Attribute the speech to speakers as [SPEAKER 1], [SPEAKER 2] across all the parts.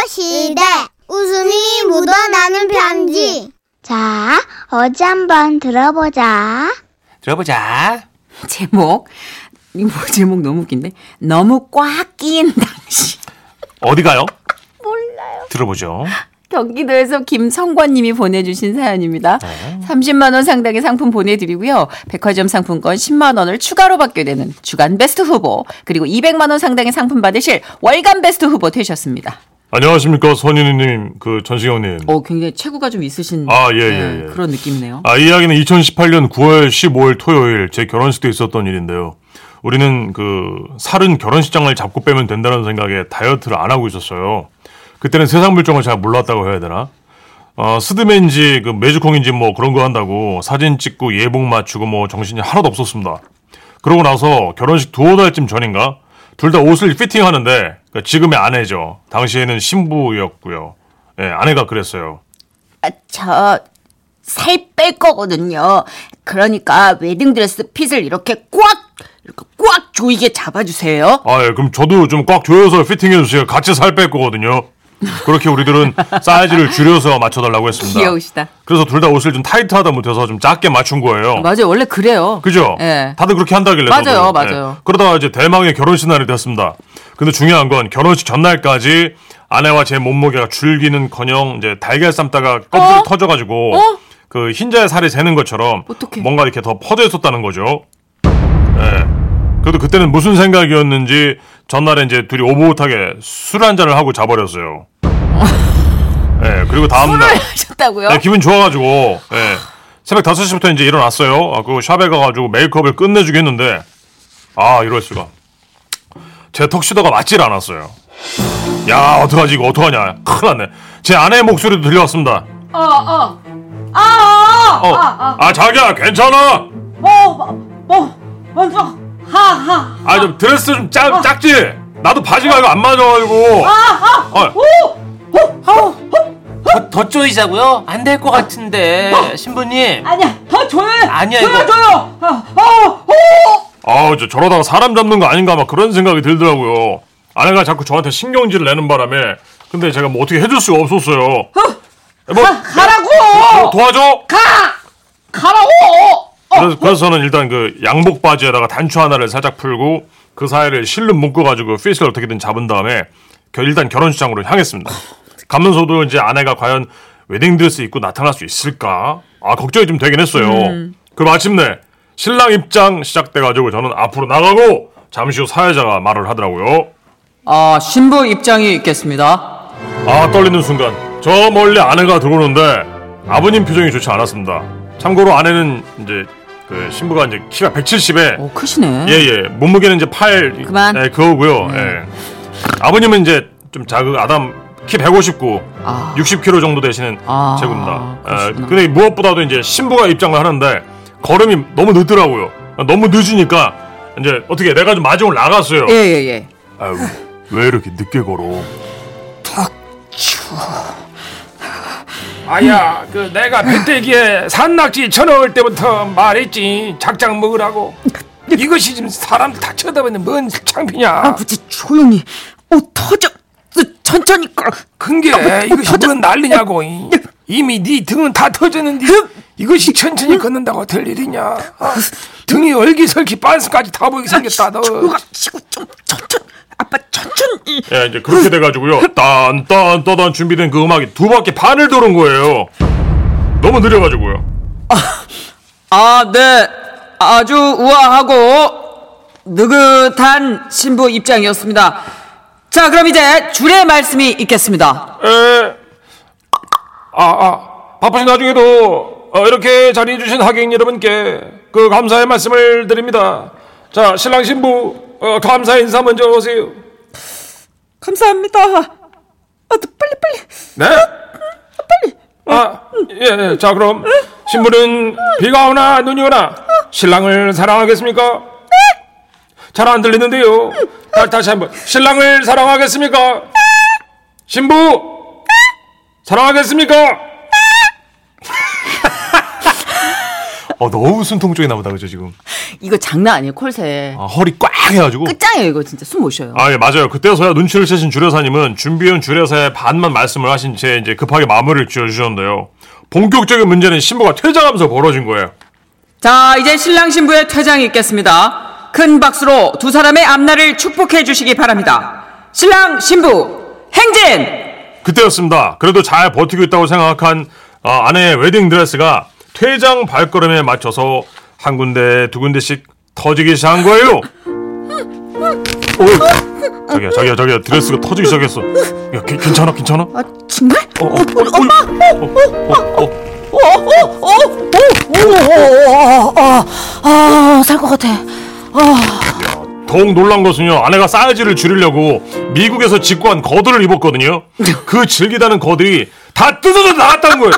[SPEAKER 1] 편지인데 웃음이 묻어나는 편지.
[SPEAKER 2] 자, 어제 한번 들어보자.
[SPEAKER 3] 들어보자.
[SPEAKER 4] 제목 이거 뭐 제목 너무 웃긴데 너무 꽉 끼인 당신
[SPEAKER 3] 어디 가요? 몰라요. 들어보죠.
[SPEAKER 4] 경기도에서 김성권님이 보내주신 사연입니다.
[SPEAKER 5] 네.
[SPEAKER 4] 30만 원 상당의 상품 보내드리고요. 백화점 상품권 10만 원을 추가로 받게 되는 주간 베스트 후보 그리고 200만 원 상당의 상품 받으실 월간 베스트 후보 되셨습니다.
[SPEAKER 5] 안녕하십니까 선인우님, 그 전시경님.
[SPEAKER 4] 어 굉장히 체구가 좀 있으신
[SPEAKER 5] 아, 예, 예,
[SPEAKER 4] 네,
[SPEAKER 5] 예.
[SPEAKER 4] 그런 느낌이네요.
[SPEAKER 5] 아, 이 이야기는 2018년 9월 15일 토요일 제 결혼식 때 있었던 일인데요. 우리는 그 살은 결혼식장을 잡고 빼면 된다는 생각에 다이어트를 안 하고 있었어요. 그때는 세상 물정을 잘 몰랐다고 해야 되나? 어, 스드맨인지 그 매주콩인지 뭐 그런 거 한다고 사진 찍고 예복 맞추고 뭐 정신이 하나도 없었습니다. 그러고 나서 결혼식 두어 달쯤 전인가 둘 다 옷을 피팅하는데 그러니까 지금의 아내죠. 당시에는 신부였고요. 예, 아내가 그랬어요.
[SPEAKER 4] 아, 저 살 뺄 거거든요. 그러니까 웨딩드레스 핏을 이렇게 꽉 이렇게 꽉 조이게 잡아주세요.
[SPEAKER 5] 아, 예, 그럼 저도 좀 꽉 조여서 피팅해 주세요. 같이 살 뺄 거거든요. 그렇게 우리들은 사이즈를 줄여서 맞춰달라고 했습니다.
[SPEAKER 4] 귀여우시다.
[SPEAKER 5] 그래서 둘 다 옷을 좀 타이트하다 못해서 좀 작게 맞춘 거예요.
[SPEAKER 4] 맞아요. 원래 그래요.
[SPEAKER 5] 그죠?
[SPEAKER 4] 예.
[SPEAKER 5] 다들 그렇게 한다길래.
[SPEAKER 4] 맞아요,
[SPEAKER 5] 저도. 예.
[SPEAKER 4] 맞아요.
[SPEAKER 5] 그러다가 이제 대망의 결혼식 날이 됐습니다. 근데 중요한 건 결혼식 전날까지 아내와 제 몸무게가 줄기는 커녕 이제 달걀 삶다가 껍질
[SPEAKER 4] 어?
[SPEAKER 5] 터져가지고
[SPEAKER 4] 어?
[SPEAKER 5] 그 흰자의 살이 새는 것처럼
[SPEAKER 4] 어떡해.
[SPEAKER 5] 뭔가 이렇게 더 퍼져 있었다는 거죠. 예. 그래도 그때는 무슨 생각이었는지 전날에 이제 둘이 오붓하게 술 한잔을 하고 자버렸어요. 예, 그리고 다음날.
[SPEAKER 4] 하셨다고요?
[SPEAKER 5] 네, 기분 좋아가지고 예. 새벽 5시부터 이제 일어났어요. 아, 그 샵에 가가지고 메이크업을 끝내주게 했는데 아 이럴 수가 제 턱시도가 맞질 않았어요. 야 어떡하지 이거 어떡하냐 큰일 났네. 제 아내의 목소리도 들려왔습니다.
[SPEAKER 6] 아,
[SPEAKER 5] 어, 아 자기야 괜찮아?
[SPEAKER 6] 어, 어, 어, 먼저 하, 하,
[SPEAKER 5] 아 좀 드레스 좀 짜,
[SPEAKER 6] 어.
[SPEAKER 5] 작지? 나도 바지가 이거 안 맞아가지고 아,
[SPEAKER 3] 더, 아, 더 쪼이자고요? 안 될 것
[SPEAKER 7] 어?
[SPEAKER 3] 같은데 신부님.
[SPEAKER 6] 아니야, 더 조용해.
[SPEAKER 3] 아니야,
[SPEAKER 6] 조용,
[SPEAKER 3] 이거.
[SPEAKER 6] 조용. 어, 어, 어.
[SPEAKER 5] 아, 저 저러다가 사람 잡는 거 아닌가 막 그런 생각이 들더라고요. 아내가 자꾸 저한테 신경질을 내는 바람에 근데 제가 뭐 어떻게 해줄 수가 없었어요. 뭐
[SPEAKER 6] 가라고.
[SPEAKER 5] 어, 도와줘.
[SPEAKER 6] 가, 가라고.
[SPEAKER 5] 그래서, 그래서 저는 일단 그 양복 바지에다가 단추 하나를 살짝 풀고 그 사이를 실로 묶어가지고 핏을 어떻게든 잡은 다음에 겨- 일단 결혼식장으로 향했습니다. 가면서도 이제 아내가 과연 웨딩드레스 입고 나타날 수 있을까? 아 걱정이 좀 되긴 했어요. 그 마침내 신랑 입장 시작돼가지고 저는 앞으로 나가고 잠시 후 사회자가 말을 하더라고요.
[SPEAKER 4] 아, 신부 입장이 있겠습니다.
[SPEAKER 5] 아 떨리는 순간 저 멀리 아내가 들어오는데 아버님 표정이 좋지 않았습니다. 참고로 아내는 이제 그 신부가 이제 키가 170에
[SPEAKER 4] 오, 어, 크시네.
[SPEAKER 5] 예예 몸무게는 이제 팔
[SPEAKER 4] 그만. 음.
[SPEAKER 5] 예, 그거고요. 예. 아버님은 이제 좀 작은 아담 키 159,
[SPEAKER 4] 아.
[SPEAKER 5] 60kg 정도 되시는
[SPEAKER 4] 아,
[SPEAKER 5] 제구입니다. 예,
[SPEAKER 4] 그러시구나.
[SPEAKER 5] 근데 무엇보다도 이제 신부가 입장을 하는데 걸음이 너무 늦더라고요. 너무 늦으니까 이제 어떻게 내가 좀 마중을 나갔어요.
[SPEAKER 4] 예, 예, 예.
[SPEAKER 5] 아유, 왜 이렇게 늦게 걸어?
[SPEAKER 8] 아야, 그 내가 배때기에 산낙지 쳐넣을 때부터 말했지 작작 먹으라고. 이것이 지금 사람 다 쳐다보는 뭔 창피냐?
[SPEAKER 4] 아버지, 조용히. 오, 터져. 으, 천천히 가.
[SPEAKER 8] 큰게 이것이 뭔 난리냐고. 이. 이미 네 등은 다 터졌는데 이것이 천천히 걷는다고 될 일이냐? 아, 등이 얼기설기 빤스까지 다 보이게 생겼다 너.
[SPEAKER 4] 시고 좀 천천히. 아빠, 천천히.
[SPEAKER 5] 예, 이제 그렇게 돼가지고요. 딴, 딴, 따단 준비된 그 음악이 두 바퀴 반을 도는 거예요. 너무 느려가지고요.
[SPEAKER 4] 아, 네. 아주 우아하고 느긋한 신부 입장이었습니다. 자, 그럼 이제 줄의 말씀이 있겠습니다.
[SPEAKER 8] 에, 아, 아, 바쁘신 나중에도 어, 이렇게 자리해주신 하객 여러분께 그 감사의 말씀을 드립니다. 자, 신랑 신부, 어, 감사 인사 먼저 오세요.
[SPEAKER 4] 감사합니다. 아, 빨리, 빨리.
[SPEAKER 8] 네? 빨리. 아, 예, 예, 자, 그럼 신부는 비가 오나 눈이 오나 신랑을 사랑하겠습니까? 잘 안 들리는데요. 다, 다시 한번 신랑을 사랑하겠습니까? 신부 사랑하겠습니까?
[SPEAKER 5] 어, 너무 숨통 쪽이 나보다 그죠 지금.
[SPEAKER 4] 이거 장난 아니에요 콜세.
[SPEAKER 5] 아, 허리 꽉 해가지고.
[SPEAKER 4] 끝장이에요 이거 진짜 숨 못 쉬어요.
[SPEAKER 5] 아, 예, 맞아요. 그때서야 눈치를 채신 주례사님은 준비해온 주례사의 반만 말씀을 하신 채 이제 급하게 마무리를 지어주셨는데요. 본격적인 문제는 신부가 퇴장하면서 벌어진 거예요.
[SPEAKER 9] 자, 이제 신랑 신부의 퇴장이 있겠습니다. 큰 박수로 두 사람의 앞날을 축복해 주시기 바랍니다. 신랑 신부 행진!
[SPEAKER 5] 그때였습니다. 그래도 잘 버티고 있다고 생각한 아, 아내의 웨딩 드레스가 퇴장 발걸음에 맞춰서 한 군데 두 군데씩 터지기 시작한 거예요. 어, 오, 자기야, 자기야, 자기야, 드레스가 터지기 시작했어. 야, 괜- 괜찮아, 괜찮아?
[SPEAKER 4] 아 정말?
[SPEAKER 5] 어, 어, 어, 엄마. 어, 어, 어, 어.
[SPEAKER 4] 어, 아살것 같아.
[SPEAKER 5] 더욱 놀란 것은요 아내가 사이즈를 줄이려고 미국에서 직구한 거들을 입었거든요 그 질기다는 거들이 다 뜯어져 나갔다는 거예요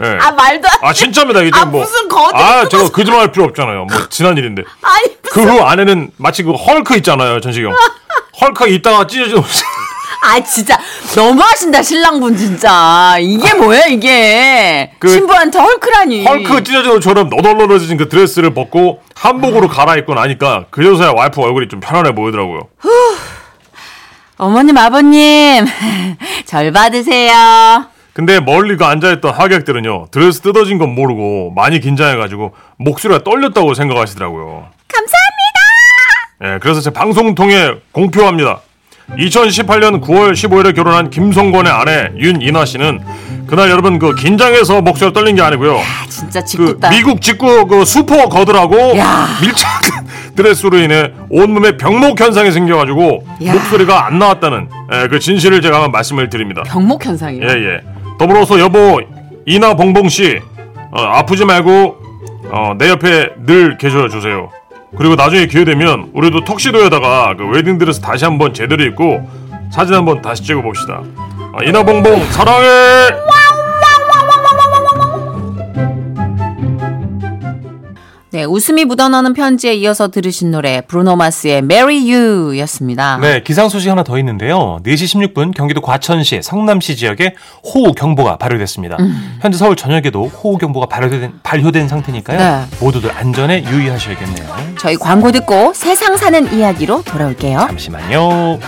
[SPEAKER 5] 예.
[SPEAKER 4] 아 말도 안.
[SPEAKER 5] 아 진짜입니다 이제
[SPEAKER 4] 아,
[SPEAKER 5] 뭐
[SPEAKER 4] 무슨 거들이
[SPEAKER 5] 아 제가 거짓말할 필요 없잖아요 뭐 지난 일인데
[SPEAKER 4] 아니
[SPEAKER 5] 그 후 아내는 마치 그 헐크 있잖아요 전시경 헐크가 있다가 찢어진 옷을
[SPEAKER 4] 아 진짜 너무하신다 신랑분 진짜 이게 뭐야 이게
[SPEAKER 5] 그-
[SPEAKER 4] 신부한테 헐크라니
[SPEAKER 5] 헐크 찢어진 옷처럼 너덜너덜해진 그 드레스를 벗고
[SPEAKER 4] 음.
[SPEAKER 5] 한복으로 갈아입고 나니까 그제서야 와이프 얼굴이 좀 편안해 보이더라고요
[SPEAKER 4] 어머님 아버님 절 받으세요
[SPEAKER 5] 근데 멀리 그 앉아있던 하객들은요 드레스 뜯어진 건 모르고 많이 긴장해가지고 목소리가 떨렸다고 생각하시더라고요 감사합니다 예, 그래서 제 방송통에 공표합니다 2018년 9월 15일에 결혼한 김성권의 아내 윤이나 씨는 그날 여러분 그 긴장해서 목소리가 떨린 게 아니고요
[SPEAKER 4] 진짜
[SPEAKER 5] 그
[SPEAKER 4] 짓궂다
[SPEAKER 5] 미국 직구 그 슈퍼 거들하고
[SPEAKER 4] 야.
[SPEAKER 5] 밀착한 드레스로 인해 온몸에 병목 현상이 생겨가지고
[SPEAKER 4] 야.
[SPEAKER 5] 목소리가 안 나왔다는 예, 그 진실을 제가 한번 말씀을 드립니다
[SPEAKER 4] 병목 현상이에요
[SPEAKER 5] 예예. 더불어서 여보 이나 봉봉 씨 어, 아프지 말고 어, 내 옆에 늘 계셔 주세요. 그리고 나중에 기회 되면 우리도 턱시도에다가 그 웨딩 드레스 다시 한번 제대로 입고 사진 한번 다시 찍어 봅시다. 아, 이나 봉봉 사랑해.
[SPEAKER 4] 네 웃음이 묻어나는 편지에 이어서 들으신 노래 브루노마스의 Marry You였습니다
[SPEAKER 10] 네, 기상 소식 하나 더 있는데요. 4시 16분 경기도 과천시, 성남시 지역에 호우 경보가 발효됐습니다. 현재 서울 전역에도 호우 경보가 발효된, 발효된 상태니까요.
[SPEAKER 4] 네.
[SPEAKER 10] 모두들 안전에 유의하셔야겠네요.
[SPEAKER 4] 저희 광고 듣고 세상 사는 이야기로 돌아올게요
[SPEAKER 10] 잠시만요.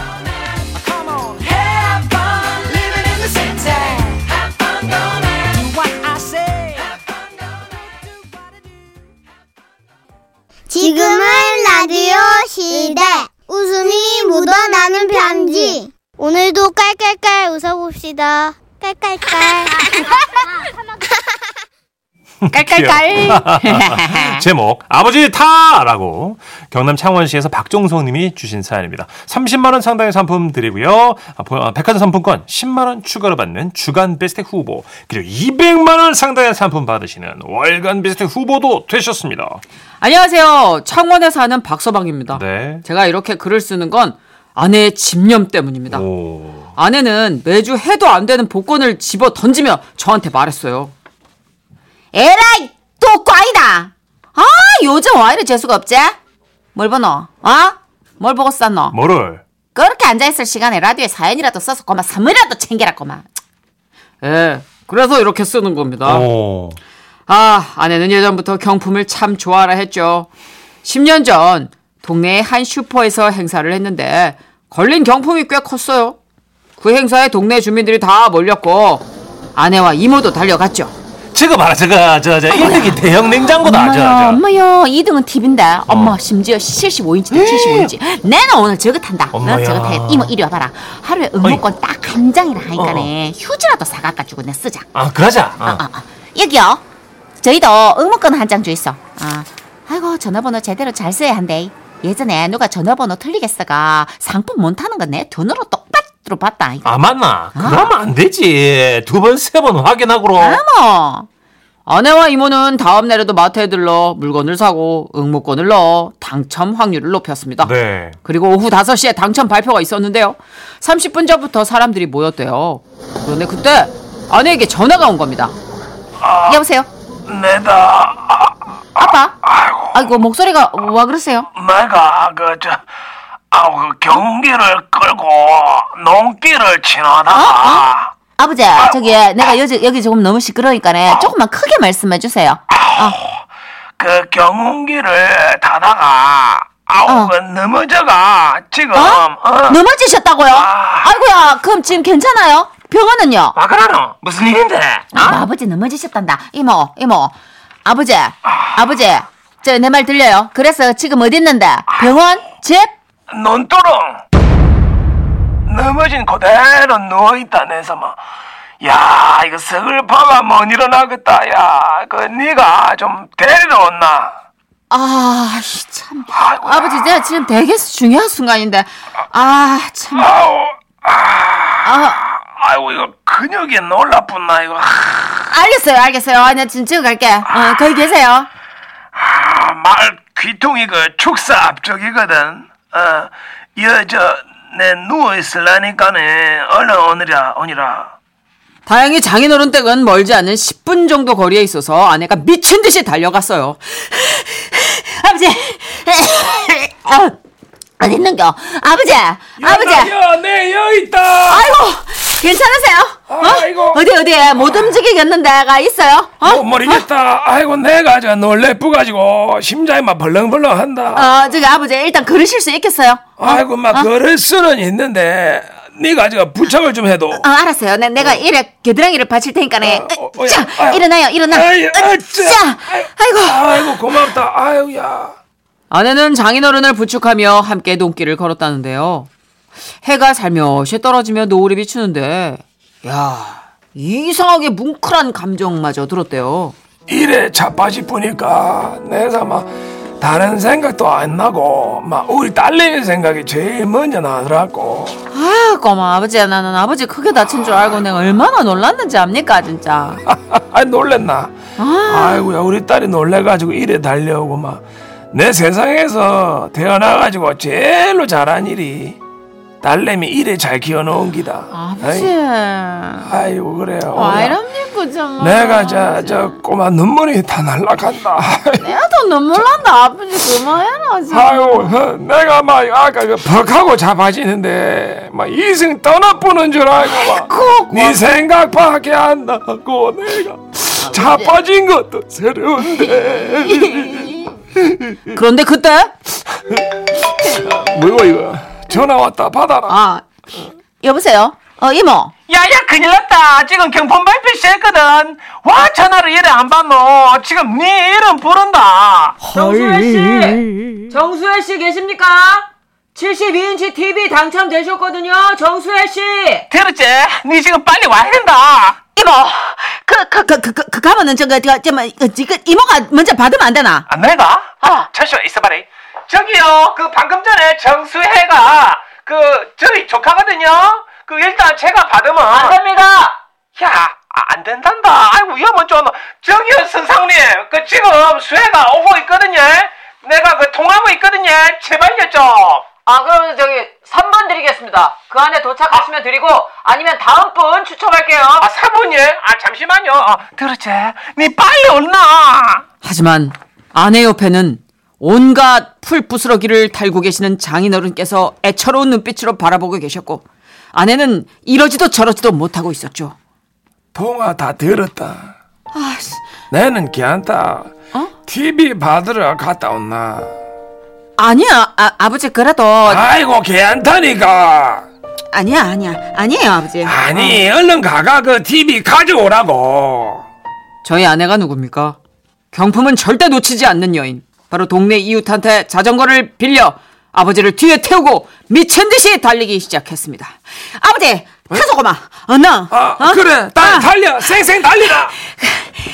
[SPEAKER 1] 지금은 라디오 시대. 웃음이 묻어나는 편지. 오늘도 깔깔깔 웃어봅시다. 깔깔깔.
[SPEAKER 4] 깔깔깔
[SPEAKER 10] 제목 아버지 타라고 경남 창원시에서 박종성 님이 주신 사연입니다. 30만 원 상당의 상품 드리고요. 아, 보- 아, 백화점 상품권 10만 원 추가로 받는 주간 베스트 후보 그리고 200만 원 상당의 상품 받으시는 월간 베스트 후보도 되셨습니다.
[SPEAKER 9] 안녕하세요. 창원에 사는 박서방입니다.
[SPEAKER 10] 네.
[SPEAKER 9] 제가 이렇게 글을 쓰는 건 아내의 집념 때문입니다.
[SPEAKER 10] 오.
[SPEAKER 9] 아내는 매주 해도 안 되는 복권을 집어 던지며 저한테 말했어요.
[SPEAKER 4] 에라이 또 꽝이다 아 요즘 와 이래 재수가 없지 뭘 보노 어? 뭘 보고 쌌노
[SPEAKER 10] 뭐를?
[SPEAKER 4] 그렇게 앉아있을 시간에 라디오에 사연이라도 써서 고마 선물이라도 챙겨라 고마
[SPEAKER 9] 예. 그래서 이렇게 쓰는 겁니다.
[SPEAKER 10] 오.
[SPEAKER 9] 아, 아내는 예전부터 경품을 참 좋아하라 했죠. 10년 전 동네의 한 슈퍼에서 행사를 했는데 걸린 경품이 꽤 컸어요. 그 행사에 동네 주민들이 다 몰렸고 아내와 이모도 달려갔죠.
[SPEAKER 10] 저거 봐라 저거 저저 1등이 대형 냉장고다 저저
[SPEAKER 4] 엄마요 2등은 TV인데 엄마 심지어 75인치다 75인치 나는 오늘 저거 탄다
[SPEAKER 10] 엄마야.
[SPEAKER 4] 나 저거 타야 이모 이리 와봐라 하루에 응모권 딱 한 장이라
[SPEAKER 10] 어.
[SPEAKER 4] 하니까네 휴지라도 사가가지고 내 쓰자
[SPEAKER 10] 아 그러자. 아.
[SPEAKER 4] 아, 아. 여기요 저희도 응모권 한 장 주 있어 아. 아이고 전화번호 제대로 잘 써야 한대 예전에 누가 전화번호 틀리겠어가 상품 못 타는 건내 돈으로 똑바로 봤다 이거
[SPEAKER 10] 아 맞나? 그러면 안 되지. 두 번 세 번 확인하고로.
[SPEAKER 4] 아? 어머
[SPEAKER 9] 아내와 이모는 다음 날에도 마트에 들러 물건을 사고 응모권을 넣어 당첨 확률을 높였습니다.
[SPEAKER 10] 네.
[SPEAKER 9] 그리고 오후 5시에 당첨 발표가 있었는데요. 30분 전부터 사람들이 모였대요. 그런데 그때 아내에게 전화가 온 겁니다.
[SPEAKER 4] 여보세요 내다 네, 아, 아빠 아이고 목소리가 와 그러세요
[SPEAKER 7] 내가 그저 아우 그 경기를 끌고 농길을 지나다가
[SPEAKER 4] 아, 아버지 저기 내가 여기, 여기 조금 너무 시끄러우니까네 조금만 크게 말씀해 주세요 어?
[SPEAKER 7] 아 그 경운기를 타다가 아우 그 넘어져가 지금 어?
[SPEAKER 4] 넘어지셨다고요? 아, 아이고야, 그럼 지금 괜찮아요? 병원은요?
[SPEAKER 7] 아 그러노 무슨 일인데?
[SPEAKER 9] 어?
[SPEAKER 4] 아, 아버지 넘어지셨단다. 이모, 이모. 아버지, 아버지. 저 내 말 들려요? 그래서 지금 어디 있는데? 병원? 집?
[SPEAKER 7] 논두렁 넘어진 그대로 누워있다 내서 막야 이거 서글퍼가 못 일어나겠다 야그 네가 좀 데리러 온나
[SPEAKER 4] 아, 이 참. 아버지, 내가 지금 되게 중요한 순간인데. 아, 참.
[SPEAKER 7] 아우
[SPEAKER 4] 아,
[SPEAKER 7] 아이고 이거 근육이 놀라뿐나 이거
[SPEAKER 4] 알겠어요, 알겠어요. 아, 나 지금 찍어갈게. 어, 거기 계세요.
[SPEAKER 7] 아, 말 귀퉁이 그 축사 앞쪽이거든 어 여저 내 누워 있으려니까는 얼른 오느라 오니라
[SPEAKER 9] 다행히 장인어른 댁은 멀지 않은 10분 정도 거리에 있어서 아내가 미친 듯이 달려갔어요.
[SPEAKER 4] 아버지. 아, 어디 있는겨? 아버지, 아버지.
[SPEAKER 8] 야내 여기 있다.
[SPEAKER 4] 아이고, 괜찮으세요?
[SPEAKER 8] 아이고.
[SPEAKER 4] 어? 어디, 어디, 못 움직이겠는 데가 있어요? 어?
[SPEAKER 8] 못 모르겠다. 아이고 내가 저 놀래 뿌가지고 심장이 막 벌렁벌렁 한다.
[SPEAKER 4] 어, 저기 아버지, 일단 걸으실 수 있겠어요?
[SPEAKER 8] 아이고 막 그럴 수는 있는데 네가 제가 부착을 좀 해도
[SPEAKER 4] 어, 알았어요. 내, 내가 이래 겨드랑이를 받칠 테니까네.
[SPEAKER 8] 어, 어, 야,
[SPEAKER 4] 자,
[SPEAKER 8] 아유.
[SPEAKER 4] 일어나요, 일어나.
[SPEAKER 8] 아이, 아이,
[SPEAKER 4] 자, 아이고.
[SPEAKER 8] 아이고 고맙다. 아이고야.
[SPEAKER 9] 아내는 장인어른을 부축하며 함께 돈길을 걸었다는데요. 해가 살며시 떨어지며 노을이 비추는데, 야 이상하게 뭉클한 감정마저 들었대요.
[SPEAKER 8] 이래 자빠지 보니까 내가 막 다른 생각도 안 나고 막 우리 딸내미 생각이 제일 먼저 나더라고.
[SPEAKER 9] 아, 꼬마 아버지, 나는 아버지 크게 다친 줄 알고 내가 얼마나 놀랐는지 압니까, 진짜.
[SPEAKER 8] 아 놀랬나? 아이고야 우리 딸이 놀래가지고 이래 달려오고 막 내 세상에서 태어나가지고 제일로 잘한 일이 딸내미 이래 잘 키워놓은 기다.
[SPEAKER 9] 아버지,
[SPEAKER 8] 아이, 어, 아이고 그래요.
[SPEAKER 9] 와
[SPEAKER 8] 오늘
[SPEAKER 9] 이럽니까,
[SPEAKER 4] 뭐.
[SPEAKER 9] 정말.
[SPEAKER 8] 내가 저, 저 꼬마 눈물이 다 날라간다.
[SPEAKER 9] 내가 더 눈물 난다, 아버지 그만해라, 진짜.
[SPEAKER 8] 아이고 그, 내가 막 아까 그 퍽하고 잡아지는데 막 이승 떠나보는 줄 알고 막네 아, 생각밖에 안 나고 내가 자빠진 것도 새로운데
[SPEAKER 9] 그런데 그때,
[SPEAKER 8] 뭐이거 이거 전화 왔다 받아라
[SPEAKER 9] 아,
[SPEAKER 4] 여보세요? 어, 이모.
[SPEAKER 7] 야야 큰일 났다 지금 경품 발표 시작했거든 와 전화를 이래 안 받노 지금 네 이름 부른다
[SPEAKER 6] 정수혜 씨, 정수혜 씨 계십니까? 그러니까 72인치 TV 당첨되셨거든요, 정수혜 씨.
[SPEAKER 7] 들었지? 네 지금 빨리 와야 된다
[SPEAKER 4] 이모. 그, 그, 그, 그, 그, 그 가면은 저거, 저, 저, 뭐, 그, 그, 이모가 먼저 받으면 안 되나?
[SPEAKER 7] 아 내가? 아 잠시만 있어봐라 저기요 그 방금 전에 정수혜가 그 저희 조카거든요 그 일단 제가 받으면
[SPEAKER 6] 안 됩니다.
[SPEAKER 7] 야, 아, 안 된단다. 아이고, 위험은 좀. 저기요, 선상님. 그, 지금 수혜가 오고 있거든요. 내가 그 통하고 있거든요. 제발요, 좀.
[SPEAKER 6] 아, 그러면 저기 3번 드리겠습니다. 그 안에 도착하시면 드리고 아니면 다음 분 추첨할게요.
[SPEAKER 7] 아, 3분이에? 아, 잠시만요. 아, 들었지? 니 빨리 온나.
[SPEAKER 9] 하지만 아내 옆에는 온갖 풀 부스러기를 달고 계시는 장인어른께서 애처로운 눈빛으로 바라보고 계셨고 아내는 이러지도 저러지도 못하고 있었죠.
[SPEAKER 8] 통화 다 들었다 아, 나는 걔한테 TV 받으러 갔다 온나
[SPEAKER 9] 아니야, 아, 아버지 그래도
[SPEAKER 8] 아이고 걔한테니까
[SPEAKER 9] 아니야, 아니야, 아니에요, 아버지. 어.
[SPEAKER 8] 아니 얼른 가가 그 TV 가져오라고
[SPEAKER 9] 저희 아내가 누굽니까? 경품은 절대 놓치지 않는 여인. 바로 동네 이웃한테 자전거를 빌려 아버지를 뒤에 태우고 미친 듯이 달리기 시작했습니다. 아버지, 타소고마, 어, 너,
[SPEAKER 8] 아
[SPEAKER 9] 어?
[SPEAKER 8] 그래 딸
[SPEAKER 9] 아.
[SPEAKER 8] 달려 쌩쌩 달리라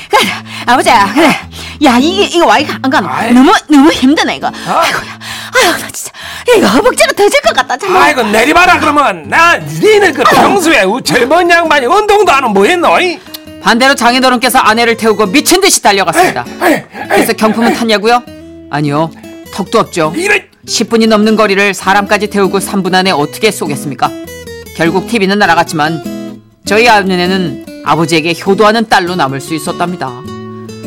[SPEAKER 4] 그래, 아버지, 그래. 야, 이게, 이거 와, 이거 안 가나?
[SPEAKER 8] 아이.
[SPEAKER 4] 너무, 너무 힘드네, 이거. 아이고야. 아유, 나 진짜. 이거 허벅지로 터질 것 같다, 정말.
[SPEAKER 8] 아이고 내리봐라 그러면 나 니는 그 평소에 우- 젊은 양반이 운동도 안 하면 뭐했노 이?
[SPEAKER 9] 반대로 장인어른께서 아내를 태우고 미친 듯이 달려갔습니다. 그래서 경품은 탔냐고요? 아니요. 턱도 없죠.
[SPEAKER 8] 이런
[SPEAKER 9] 10분이 넘는 거리를 사람까지 태우고 3분 안에 어떻게 쏘겠습니까? 결국 TV는 날아갔지만 저희 아내는 아버지에게 효도하는 딸로 남을 수 있었답니다.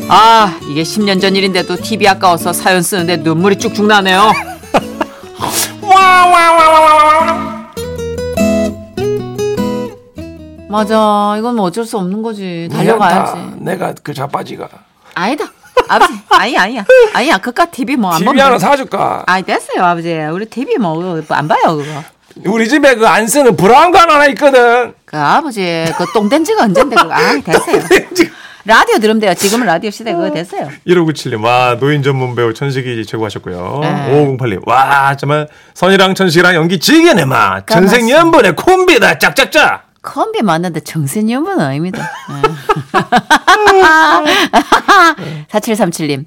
[SPEAKER 9] 아, 이게 10년 전 일인데도 TV 아까워서 사연 쓰는데 눈물이 쭉쭉 나네요. 맞아. 이건 뭐 어쩔 수 없는 거지.
[SPEAKER 8] 미안하다. 내가 그 자빠지가
[SPEAKER 9] 아니다.
[SPEAKER 4] 아버지, 아니, 아니야. 아니야, 그깟 TV 뭐 안 보면.
[SPEAKER 8] TV 하나 사줄까?
[SPEAKER 4] 아니, 됐어요, 아버지. 우리 TV 뭐, 그거 안 봐요, 그거.
[SPEAKER 8] 우리 집에 그 안 쓰는 브라운 관 하나 있거든.
[SPEAKER 4] 그 아버지, 그 똥된지가 언젠데, 그거. 아이, 됐어요. 라디오 들으면 돼요. 지금은 라디오 시대,
[SPEAKER 8] 아.
[SPEAKER 4] 그거 됐어요.
[SPEAKER 5] 1597님, 와, 노인 전문 배우 천식이 최고하셨고요.
[SPEAKER 4] 네.
[SPEAKER 5] 5508님, 와, 정말 선이랑 천식이랑 연기 지게네, 마. 전생연분의 콤비다, 짝짝짝.
[SPEAKER 4] 컴비 맞는데 정신연분 아닙니다. 4737님. 네.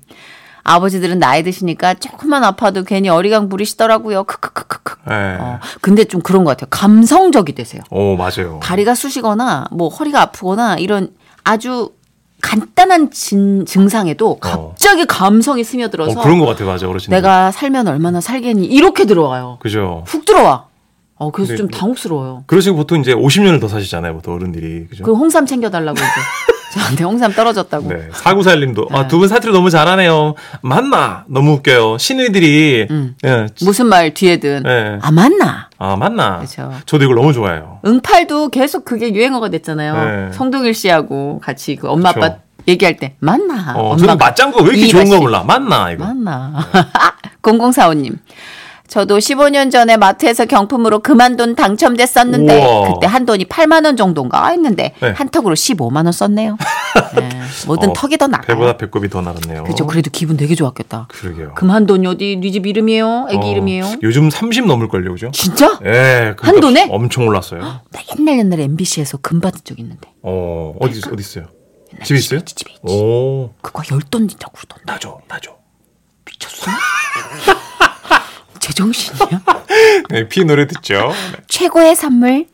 [SPEAKER 4] 아버지들은 나이 드시니까 조금만 아파도 괜히 어리광 부리시더라고요. 크크크크크.
[SPEAKER 5] 예.
[SPEAKER 4] 어, 근데 좀 그런 것 같아요. 감성적이 되세요.
[SPEAKER 5] 오, 어, 맞아요.
[SPEAKER 4] 다리가 쑤시거나 뭐 허리가 아프거나 이런 아주 간단한 진, 증상에도 갑자기 감성이
[SPEAKER 5] 어,
[SPEAKER 4] 스며들어서
[SPEAKER 5] 그런 것 같아요, 맞아, 어르신.
[SPEAKER 4] 내가 살면 얼마나 살겠니 이렇게 들어와요.
[SPEAKER 5] 그죠.
[SPEAKER 4] 훅 들어와. 어 그래서
[SPEAKER 5] 네.
[SPEAKER 4] 좀 당혹스러워요.
[SPEAKER 5] 그러시고 보통 이제 50년을 더 사시잖아요, 보통 어른들이. 그죠.
[SPEAKER 4] 그 홍삼 챙겨달라고 이제 저한테 홍삼 떨어졌다고.
[SPEAKER 5] 네. 사구살님도, 아, 두 분 사투리 너무 잘하네요. 맞나? 너무 웃겨요. 신의들이.
[SPEAKER 4] 음.
[SPEAKER 5] 예. 지-
[SPEAKER 4] 무슨 말 뒤에든
[SPEAKER 5] 예.
[SPEAKER 4] 아 맞나?
[SPEAKER 5] 아, 맞나?
[SPEAKER 4] 그죠.
[SPEAKER 5] 저도 이걸 너무 좋아해요.
[SPEAKER 4] 응팔도 계속 그게 유행어가 됐잖아요.
[SPEAKER 5] 네.
[SPEAKER 4] 성동일 씨하고 같이 그 엄마 아빠
[SPEAKER 5] 그쵸.
[SPEAKER 4] 얘기할 때 맞나?
[SPEAKER 5] 어,
[SPEAKER 4] 아, 엄마가. 음?
[SPEAKER 5] 저는 맞장구 왜 이렇게
[SPEAKER 4] 이해가
[SPEAKER 5] 좋은 거
[SPEAKER 4] 씨.
[SPEAKER 5] 몰라. 맞나, 이거.
[SPEAKER 4] 맞나? 0045님. 저도 15년 전에 마트에서 경품으로 그만돈 당첨됐었는데
[SPEAKER 5] 우와.
[SPEAKER 4] 그때 한 돈이 8만 원 정도인가 했는데
[SPEAKER 5] 네.
[SPEAKER 4] 한 턱으로 15만 원 썼네요. 네, 뭐든
[SPEAKER 5] 어,
[SPEAKER 4] 턱이 더 나아.
[SPEAKER 5] 배보다 배꼽이 더 나갔네요.
[SPEAKER 4] 그렇죠. 그래도 기분 되게 좋았겠다.
[SPEAKER 5] 그러게요.
[SPEAKER 4] 금한돈이 어디 네 집 이름이에요? 애기
[SPEAKER 5] 어,
[SPEAKER 4] 이름이에요?
[SPEAKER 5] 요즘 30 넘을걸요, 그죠?
[SPEAKER 4] 진짜?
[SPEAKER 5] 예, 그
[SPEAKER 4] 한 돈에?
[SPEAKER 5] 엄청 올랐어요.
[SPEAKER 4] 나 옛날 옛날에 MBC에서 금 받은 적 있는데 네
[SPEAKER 5] 어, 어디
[SPEAKER 4] 그러니까?
[SPEAKER 5] 어디 있어요? 집 있어요?
[SPEAKER 4] 집에 있지.
[SPEAKER 5] 오,
[SPEAKER 4] 그거 열돈이라고 그러던데
[SPEAKER 5] 나죠, 나죠.
[SPEAKER 4] 미쳤어? 제정신이야?
[SPEAKER 5] 네, 피 노래 듣죠.
[SPEAKER 4] 최고의 선물